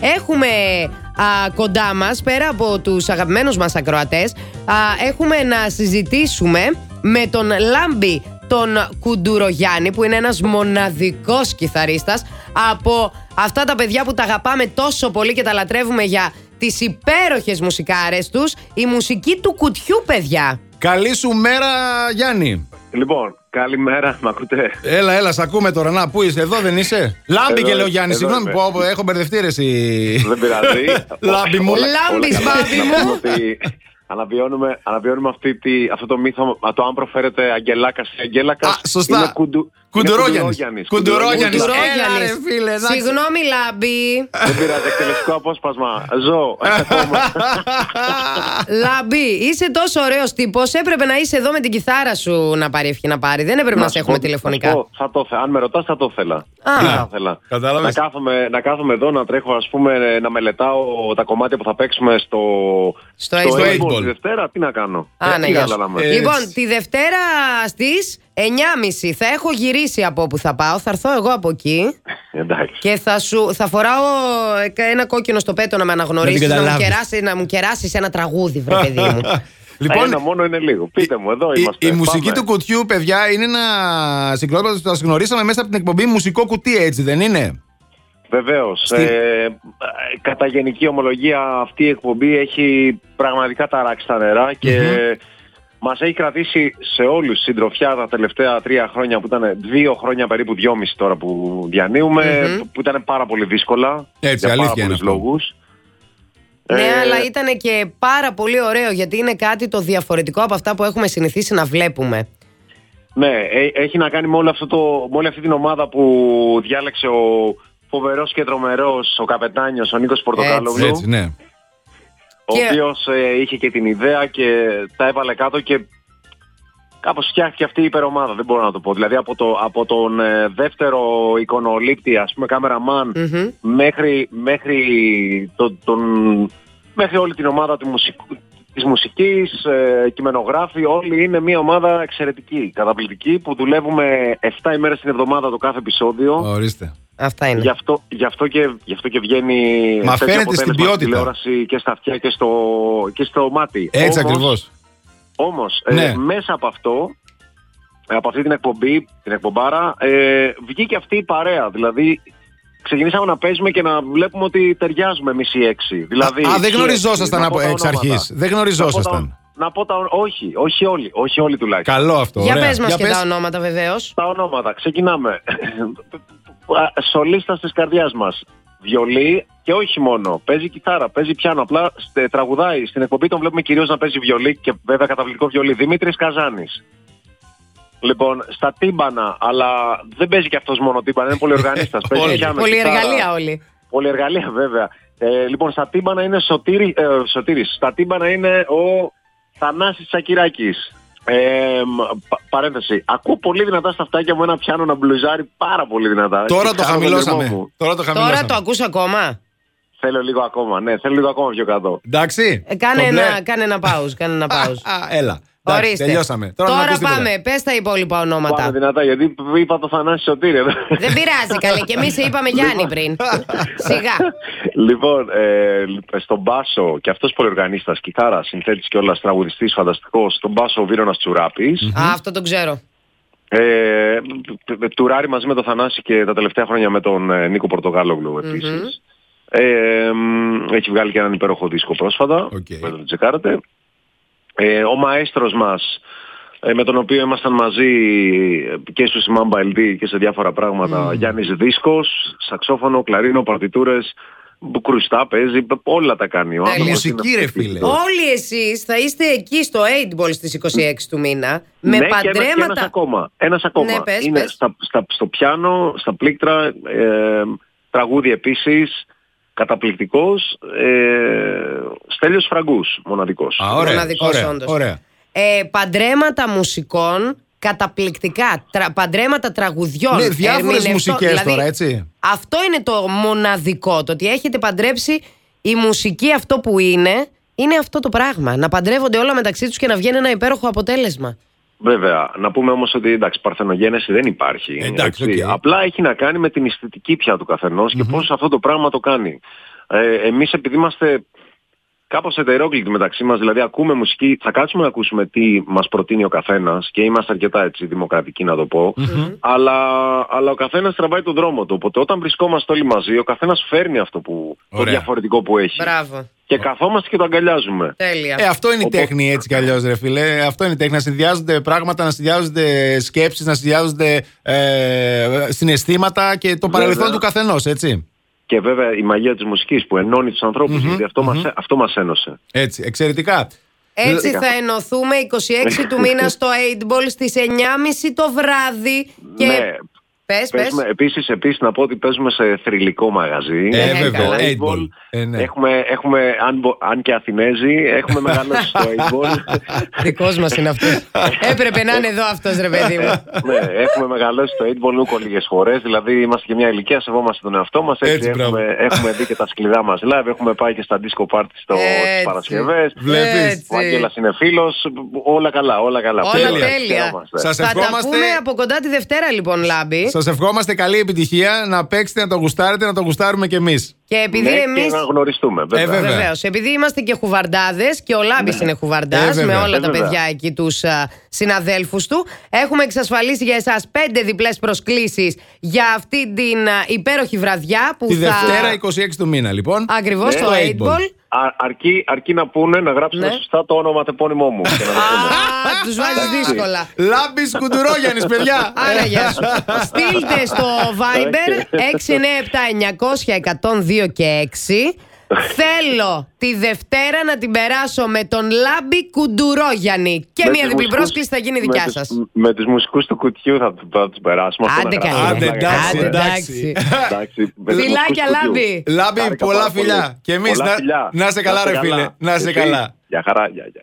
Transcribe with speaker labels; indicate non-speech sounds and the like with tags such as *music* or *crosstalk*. Speaker 1: Έχουμε α, κοντά μας, πέρα από τους αγαπημένους μας ακροατές, έχουμε να συζητήσουμε με τον Λάμπη τον Κουντουρογιάννη που είναι ένας μοναδικός κιθαρίστας από αυτά τα παιδιά που τα αγαπάμε τόσο πολύ και τα λατρεύουμε για τις υπέροχες μουσικάρες τους η μουσική του κουτιού παιδιά
Speaker 2: Καλή σου μέρα, Γιάννη.
Speaker 3: Λοιπόν, καλημέρα, μ' ακούτε.
Speaker 2: Έλα, έλα, σ' ακούμε τώρα. Να, πού είσαι, εδώ δεν είσαι. Λάμπη
Speaker 3: Εδώ
Speaker 2: και λέω
Speaker 3: είμαι,
Speaker 2: Γιάννη,
Speaker 3: εδώ
Speaker 2: συγγνώμη
Speaker 3: είμαι.
Speaker 2: που όπου έχω μπερδευτεί ρε εσύ.
Speaker 3: Δεν πειράζει.
Speaker 2: *laughs* Λάμπη μου.
Speaker 3: Όλα-
Speaker 1: Λάμπης,
Speaker 3: όλα καλά.
Speaker 1: Μπάμπη
Speaker 3: Να
Speaker 1: μου.
Speaker 3: πούμε ότι Αναβιώνουμε, αναβιώνουμε αυτή τη, αυτό το μύθο, α, το αν προφέρεται Αγγελάκας ή Αγγέλακας.
Speaker 2: Α, σωστά.
Speaker 3: Είναι κουντου,
Speaker 2: Κουντουρόγιαννης.
Speaker 3: είναι Κουντουρόγιαννης.
Speaker 2: Κουντουρόγιαννης.
Speaker 3: Κουντουρόγιαννης.
Speaker 2: Έλα,
Speaker 1: Κουντουρόγιαννης.
Speaker 2: ρε, φίλε, εντάξει.
Speaker 1: Συγγνώμη Λάμπη
Speaker 3: Ε, Δεν πειράζει, εκτελεστικό απόσπασμα.
Speaker 2: *laughs*
Speaker 3: Ζω. ακόμα.
Speaker 1: Λάμπη, είσαι τόσο ωραίος τύπος Έπρεπε να είσαι εδώ με την κιθάρα σου να πάρει ευχή να πάρει. Δεν έπρεπε να, σε
Speaker 3: σου
Speaker 1: έχουμε
Speaker 3: πω-
Speaker 1: τηλεφωνικά.
Speaker 3: να σου πω, Θα το, θε- αν με ρωτάς, θα το ήθελα.
Speaker 1: Α.
Speaker 3: Θα το ήθελα.
Speaker 2: Κατάλαβες.
Speaker 3: Να κάθομαι, να κάθομαι εδώ, να τρέχω, ας πούμε, να μελετάω τα κομμάτια που θα παίξουμε στο.
Speaker 1: Στο eight
Speaker 3: eight
Speaker 2: ball.
Speaker 3: Τη Δευτέρα, τι να κάνω.
Speaker 1: Α,
Speaker 3: Ε,
Speaker 1: ναι,
Speaker 3: τι
Speaker 1: γεια
Speaker 3: άλλα
Speaker 1: σου.
Speaker 3: να με-
Speaker 2: Ε,
Speaker 1: Λοιπόν,
Speaker 2: έτσι.
Speaker 1: τη Δευτέρα στις 9.30 θα έχω γυρίσει από όπου θα πάω. Θα έρθω εγώ από εκεί
Speaker 3: Εντάξει.
Speaker 1: και θα, σου, θα φοράω ένα κόκκινο στο πέτο να με αναγνωρίσεις, να, μου
Speaker 2: καταλάβεις.
Speaker 1: κεράσεις, να μου κεράσεις ένα τραγούδι, βρε παιδί
Speaker 3: *laughs*
Speaker 1: μου. λοιπόν,
Speaker 3: Ένα μόνο είναι
Speaker 1: ε,
Speaker 3: λίγο. Πείτε μου, εδώ
Speaker 2: Λοιπόν, η-
Speaker 3: είμαστε.
Speaker 2: Η, μουσική
Speaker 3: Πάμε.
Speaker 2: του κουτιού, παιδιά, είναι ένα συγκρότημα που τα γνωρίσαμε μέσα από την εκπομπή Μουσικό Κουτί, έτσι δεν είναι.
Speaker 3: Βεβαίως.
Speaker 2: Στη-
Speaker 3: Ε, κατά γενική ομολογία, αυτή η εκπομπή έχει πραγματικά ταράξει τα νερά και μας έχει κρατήσει σε όλους συντροφιά τα τελευταία τρία χρόνια που ήταν δύο χρόνια περίπου, δυόμιση τώρα που διανύουμε,
Speaker 1: Μμμ.
Speaker 3: που- που ήταν πάρα πολύ δύσκολα.
Speaker 2: Έτσι,
Speaker 3: για
Speaker 2: αλήθεια
Speaker 3: πάρα
Speaker 2: είναι
Speaker 3: πολλούς
Speaker 2: αυτό.
Speaker 3: λόγους.
Speaker 1: ναι,
Speaker 3: Ε,
Speaker 1: αλλά ήταν και πάρα πολύ ωραίο γιατί είναι κάτι το διαφορετικό από αυτά που έχουμε συνηθίσει να βλέπουμε.
Speaker 3: Ναι, ε- έχει να κάνει με, όλο αυτό το, με όλη αυτή την ομάδα που διάλεξε ο φοβερός και τρομερός, ο καπετάνιος, ο Νίκος Πορτοκάλογλου.
Speaker 2: Έτσι, ναι.
Speaker 3: ο
Speaker 1: Και-
Speaker 3: οποίο είχε και την ιδέα και τα έβαλε κάτω και κάπως φτιάχτηκε αυτή η υπερομάδα, δεν μπορώ να το πω. Δηλαδή από, το, από τον ε, δεύτερο εικονολήπτη, ας πούμε, κάμεραμαν,
Speaker 1: Μμμ.
Speaker 3: μέχρι, μέχρι, το, τον, μέχρι όλη την ομάδα του μουσικού, της μουσικής, ε, κειμενογράφοι, όλοι είναι μια ομάδα εξαιρετική, καταπληκτική, που δουλεύουμε 7 ημέρες την εβδομάδα το κάθε επεισόδιο.
Speaker 2: Ορίστε.
Speaker 1: Αυτά είναι.
Speaker 3: Γι αυτό, γι, αυτό και, γι' αυτό και βγαίνει
Speaker 2: Ναι. Μα
Speaker 3: τέτοιο
Speaker 2: φαίνεται
Speaker 3: αποτέλεσμα
Speaker 2: στην ποιότητα.
Speaker 3: τηλεόραση και στα αυτιά και στο, και στο μάτι.
Speaker 2: Έτσι
Speaker 3: Όμως-
Speaker 2: ακριβώς.
Speaker 3: Όμως,
Speaker 2: Ναι.
Speaker 3: ε, μέσα από αυτό, ε, από αυτή την εκπομπή, την εκπομπάρα, ε, βγήκε αυτή η παρέα. Δηλαδή, ξεκινήσαμε να παίζουμε και να βλέπουμε ότι ταιριάζουμε εμείς οι έξι. Δηλαδή,
Speaker 2: Α, δεν
Speaker 3: ποιοι
Speaker 2: γνωριζόσασταν
Speaker 3: έξι, να
Speaker 2: από-
Speaker 3: πω τα
Speaker 2: εξ
Speaker 3: ονόματα.
Speaker 2: αρχής. Δεν
Speaker 3: Να πω
Speaker 2: γνωριζόσασταν.
Speaker 3: τα- Να πω τα ο- όχι, όχι όλοι, όχι όλοι τουλάχιστον.
Speaker 2: Καλό αυτό.
Speaker 1: Για
Speaker 2: ωραία.
Speaker 1: πες μας και
Speaker 2: πες.
Speaker 1: τα ονόματα βεβαίως.
Speaker 3: Τα ονόματα, ξεκινάμε. Α, Σολίστας της καρδιάς μας. Βιολί και όχι μόνο. Παίζει κιθάρα, παίζει πιάνο. Απλά στε- τραγουδάει. Στην εκπομπή τον βλέπουμε κυρίως να παίζει βιολί και βέβαια καταπληκτικό βιολί. Δημήτρης Καζάνης. Λοιπόν, στα τύμπανα, αλλά δεν παίζει και αυτός μόνο τύμπανα, είναι πολυοργανίστας.
Speaker 2: Όλοι.
Speaker 3: παίζει πιάνο,
Speaker 1: Πολυεργαλεία όλοι.
Speaker 3: Πολυεργαλεία, βέβαια. Ε, λοιπόν, στα τύμπανα είναι Σωτήρι, ε, ο Σωτήρης. Στα τύμπανα είναι ο Θανάσης Τσακυράκης. Ε, μ, πα- παρένθεση. Ακούω πολύ δυνατά στα αυτάκια μου ένα πιάνο να μπλουζάρει πάρα πολύ δυνατά.
Speaker 2: Τώρα
Speaker 3: Και
Speaker 2: το
Speaker 3: χάνω λαιμό
Speaker 2: χαμηλώσαμε.
Speaker 3: μου.
Speaker 2: Τώρα το
Speaker 1: Τώρα
Speaker 2: χαμηλώσαμε.
Speaker 1: το ακούς ακόμα.
Speaker 3: Θέλω λίγο ακόμα, ναι, θέλω λίγο ακόμα πιο κάτω.
Speaker 2: Εντάξει.
Speaker 1: Ε, κάνε,
Speaker 2: το μπλε.
Speaker 1: ένα, κάνε ένα pause, κάνε ένα pause.
Speaker 2: Α, α, έλα. Εντάξει,
Speaker 1: Ορίστε.
Speaker 2: Τελειώσαμε. Τώρα, να
Speaker 1: Τώρα
Speaker 2: ακούς τίποτα.
Speaker 1: πάμε, πες τα υπόλοιπα
Speaker 3: Πάμε δηλαδή.
Speaker 1: ονόματα.
Speaker 3: δυνατά, γιατί είπα το Θανάση Σωτήρη εδώ.
Speaker 1: Δεν πειράζει
Speaker 3: *laughs*
Speaker 1: καλέ, και εμείς σε είπαμε
Speaker 2: Λοιπόν.
Speaker 1: Γιάννη πριν. Σιγά.
Speaker 3: λοιπόν, ε, στον Μπάσο, και αυτός πολυοργανίστας, κιθάρας, συνθέτης και όλα τραγουδιστής, φανταστικός, στον Μπάσο ο Βίρονας Τσουράπης.
Speaker 1: Α, αυτό το ξέρω.
Speaker 3: Ε, τ- τ- τουράρει μαζί με τον Θανάση και τα τελευταία χρόνια με τον ε, Νίκο Πορτογάλογλου επίσης. Ε, μ, έχει βγάλει και έναν υπέροχο δίσκο πρόσφατα,
Speaker 2: Οκ.
Speaker 3: okay. τον τσεκάρετε. Ε, ο μαέστρος μας, ε, με τον οποίο ήμασταν μαζί ε, και στους Mamba LD και σε διάφορα πράγματα, Γιάννης Δίσκος, σαξόφωνο, κλαρίνο, παρτιτούρες, μπ- κρουστά παίζει, μπ- όλα τα κάνει. Ο
Speaker 1: Τέλεια.
Speaker 3: άνθρωπος είναι
Speaker 2: Ε, Μουσική, ρε, φίλε.
Speaker 3: εκπληκτικός.
Speaker 1: Όλοι εσείς θα είστε εκεί στο 8 Ball στις 26 του μήνα με
Speaker 3: ναι, Και ένας, και ένας
Speaker 1: παντρέματα.
Speaker 3: ακόμα. Ένας ακόμα.
Speaker 1: Ναι, πες,
Speaker 3: είναι
Speaker 1: πες.
Speaker 3: Στα, στα, στο πιάνο, στα πλήκτρα, ε, τραγούδι επίσης, καταπληκτικός, ε, Στέλιος Φραγκούς, μοναδικός.
Speaker 2: Α, ωραία.
Speaker 1: Μοναδικός
Speaker 2: ωραία,
Speaker 1: όντως.
Speaker 2: Ωραία.
Speaker 1: Ε, παντρέματα μουσικών καταπληκτικά. Τρα, παντρέματα τραγουδιών.
Speaker 2: Ναι, διάφορες
Speaker 1: ερμηνευτών.
Speaker 2: μουσικές
Speaker 1: Δηλαδή,
Speaker 2: τώρα, έτσι.
Speaker 1: Αυτό είναι το μοναδικό. Το ότι έχετε παντρέψει η μουσική αυτό που είναι, είναι αυτό το πράγμα. Να παντρεύονται όλα μεταξύ τους και να βγαίνει ένα υπέροχο αποτέλεσμα.
Speaker 3: Βέβαια, να πούμε όμως ότι εντάξει, παρθενογένεση δεν υπάρχει.
Speaker 2: Εντάξει, οκ.
Speaker 3: Απλά έχει να κάνει με την αισθητική πια του καθενος και πώς αυτό το πράγμα το κάνει. Ε, εμείς επειδή είμαστε κάπως ετερόκλητοι μεταξύ μας, δηλαδή ακούμε μουσική, θα κάτσουμε να ακούσουμε τι μας προτείνει ο καθένας και είμαστε αρκετά έτσι δημοκρατικοί να το πω, αλλά, αλλά ο καθένας τραβάει τον δρόμο του, οπότε όταν βρισκόμαστε όλοι μαζί ο καθένας φέρνει αυτό που, το
Speaker 2: Ωραία.
Speaker 3: διαφορετικό που έχει
Speaker 1: Μπράβο.
Speaker 3: και καθόμαστε και το αγκαλιάζουμε.
Speaker 1: Τέλεια.
Speaker 2: Ε, αυτό είναι η
Speaker 3: Οπότε-
Speaker 2: τέχνη έτσι κι αλλιώς, ρε φίλε. Αυτό είναι η τέχνη. Να συνδυάζονται πράγματα, να συνδυάζονται σκέψεις, να συνδυάζονται ε, συναισθήματα και το παρελθόν
Speaker 3: Ναι, Βέβαια.
Speaker 2: του καθενός, έτσι.
Speaker 3: Και βέβαια η μαγεία της μουσικής που ενώνει τους ανθρωπους
Speaker 2: Μμμ,
Speaker 3: γιατί αυτό,
Speaker 2: μμμ.
Speaker 3: μας, αυτό μας ένωσε.
Speaker 2: Έτσι, εξαιρετικά.
Speaker 1: Έτσι
Speaker 3: Ε,
Speaker 1: θα ενωθούμε 26 του μήνα στο 8 Ball στις 9.30 το βράδυ. Και...
Speaker 3: Ναι,
Speaker 1: Πες, πες.
Speaker 3: Παίζουμε, επίσης, επίσης να πω ότι παίζουμε σε θρηλυκό μαγαζί.
Speaker 2: Ε,
Speaker 1: Ε,
Speaker 2: βέβαια.
Speaker 1: καλά.
Speaker 2: eight
Speaker 3: Eight
Speaker 2: ball.
Speaker 3: Ball.
Speaker 2: Ε, ναι.
Speaker 3: ναι, λοιπόν, Έχουμε, έχουμε αν, μπο- αν και Αθηνέζοι,
Speaker 2: *laughs*
Speaker 3: έχουμε μεγαλώσει στο 8 ball.
Speaker 1: Δικός μας είναι αυτός. *laughs* Έπρεπε να είναι εδώ αυτός ρε παιδί μου.
Speaker 3: ναι, έχουμε μεγαλώσει στο 8 ball ούκο λίγες φορές, δηλαδή είμαστε και μια ηλικία, σεβόμαστε τον εαυτό μας, έτσι,
Speaker 2: Έτσι, μπράβο.
Speaker 3: έχουμε, έχουμε δει και τα σκληρά μας live, έχουμε πάει και στα disco party στο,
Speaker 1: Έτσι.
Speaker 3: στις Παρασκευές,
Speaker 2: Βλέπεις.
Speaker 1: Έτσι.
Speaker 3: ο Άγγελας είναι φίλος, όλα καλά, όλα καλά.
Speaker 1: Όλα
Speaker 3: Χαιρόμαστε.
Speaker 1: τέλεια.
Speaker 3: Χαιρόμαστε.
Speaker 2: Σας
Speaker 1: Θα τα
Speaker 2: ευχόμαστε.
Speaker 1: πούμε από κοντά τη Δευτέρα λοιπόν Λάμπη.
Speaker 2: Σας ευχόμαστε καλή επιτυχία. Να παίξετε, να το γουστάρετε, να το γουστάρουμε κι εμείς.
Speaker 1: Και επειδή
Speaker 3: Ναι,
Speaker 1: εμείς... Ναι.
Speaker 3: και να γνωριστούμε, βέβαια.
Speaker 2: Ε, βέβαια.
Speaker 1: Βεβαίως. Επειδή είμαστε και χουβαρντάδες και ο Λάμπης είναι
Speaker 2: Ε,
Speaker 1: χουβαρντάς
Speaker 2: βέβαια.
Speaker 1: με όλα
Speaker 3: Ε,
Speaker 1: τα
Speaker 3: βέβαια.
Speaker 1: παιδιά εκεί, τους συναδέλφους του, έχουμε εξασφαλίσει για εσάς πέντε διπλές προσκλήσεις για αυτή την α, υπέροχη βραδιά που
Speaker 2: Τη
Speaker 1: θα.
Speaker 2: Δευτέρα 26 του μήνα, λοιπόν.
Speaker 1: Ακριβώς
Speaker 2: στο
Speaker 1: το 8
Speaker 2: 8 ball.
Speaker 1: ball.
Speaker 3: Α- αρκεί, αρκεί να πούνε, να γράψουν
Speaker 1: Ναι.
Speaker 3: σωστά το όνομα τεπώνυμό μου. και να το πούνε.
Speaker 1: Α, τους βάζεις δύσκολα.
Speaker 2: Λάμπης Κουντουρόγιαννης, παιδιά.
Speaker 1: Άρα γεια
Speaker 3: *laughs*
Speaker 1: σου. Στείλτε στο Viber 697-900-102 και 6. Θέλω τη Δευτέρα να την περάσω με τον Λάμπη Κουντουρόγιαννη. Και
Speaker 3: Με
Speaker 1: μία διπλή
Speaker 3: τους μουσικούς-
Speaker 1: πρόσκληση θα γίνει
Speaker 3: με
Speaker 1: δικιά
Speaker 3: τους-
Speaker 1: σας.
Speaker 3: Με τους μουσικούς του κουτιού θα, θα τους περάσουμε. αυτό
Speaker 1: Άντε
Speaker 3: να
Speaker 1: καλέ.
Speaker 3: γράψουμε.
Speaker 2: Άντε, εντάξει,
Speaker 1: Άντε,
Speaker 2: εντάξει.
Speaker 1: εντάξει.
Speaker 3: Εντάξει, με τους
Speaker 1: Φιλάκια,
Speaker 3: μουσικούς κουτιού.
Speaker 1: Λάμπη.
Speaker 2: Λάμπη,
Speaker 3: Χάρηκα
Speaker 2: πολλά
Speaker 3: πάρα πολύ.
Speaker 2: φιλιά. Και εμείς
Speaker 3: Πολλά
Speaker 2: να-
Speaker 3: φιλιά.
Speaker 2: να είσαι καλά, ρε φίλε. Να είσαι
Speaker 3: Εσύ,
Speaker 2: καλά.
Speaker 3: Γεια χαρά, γεια, γεια.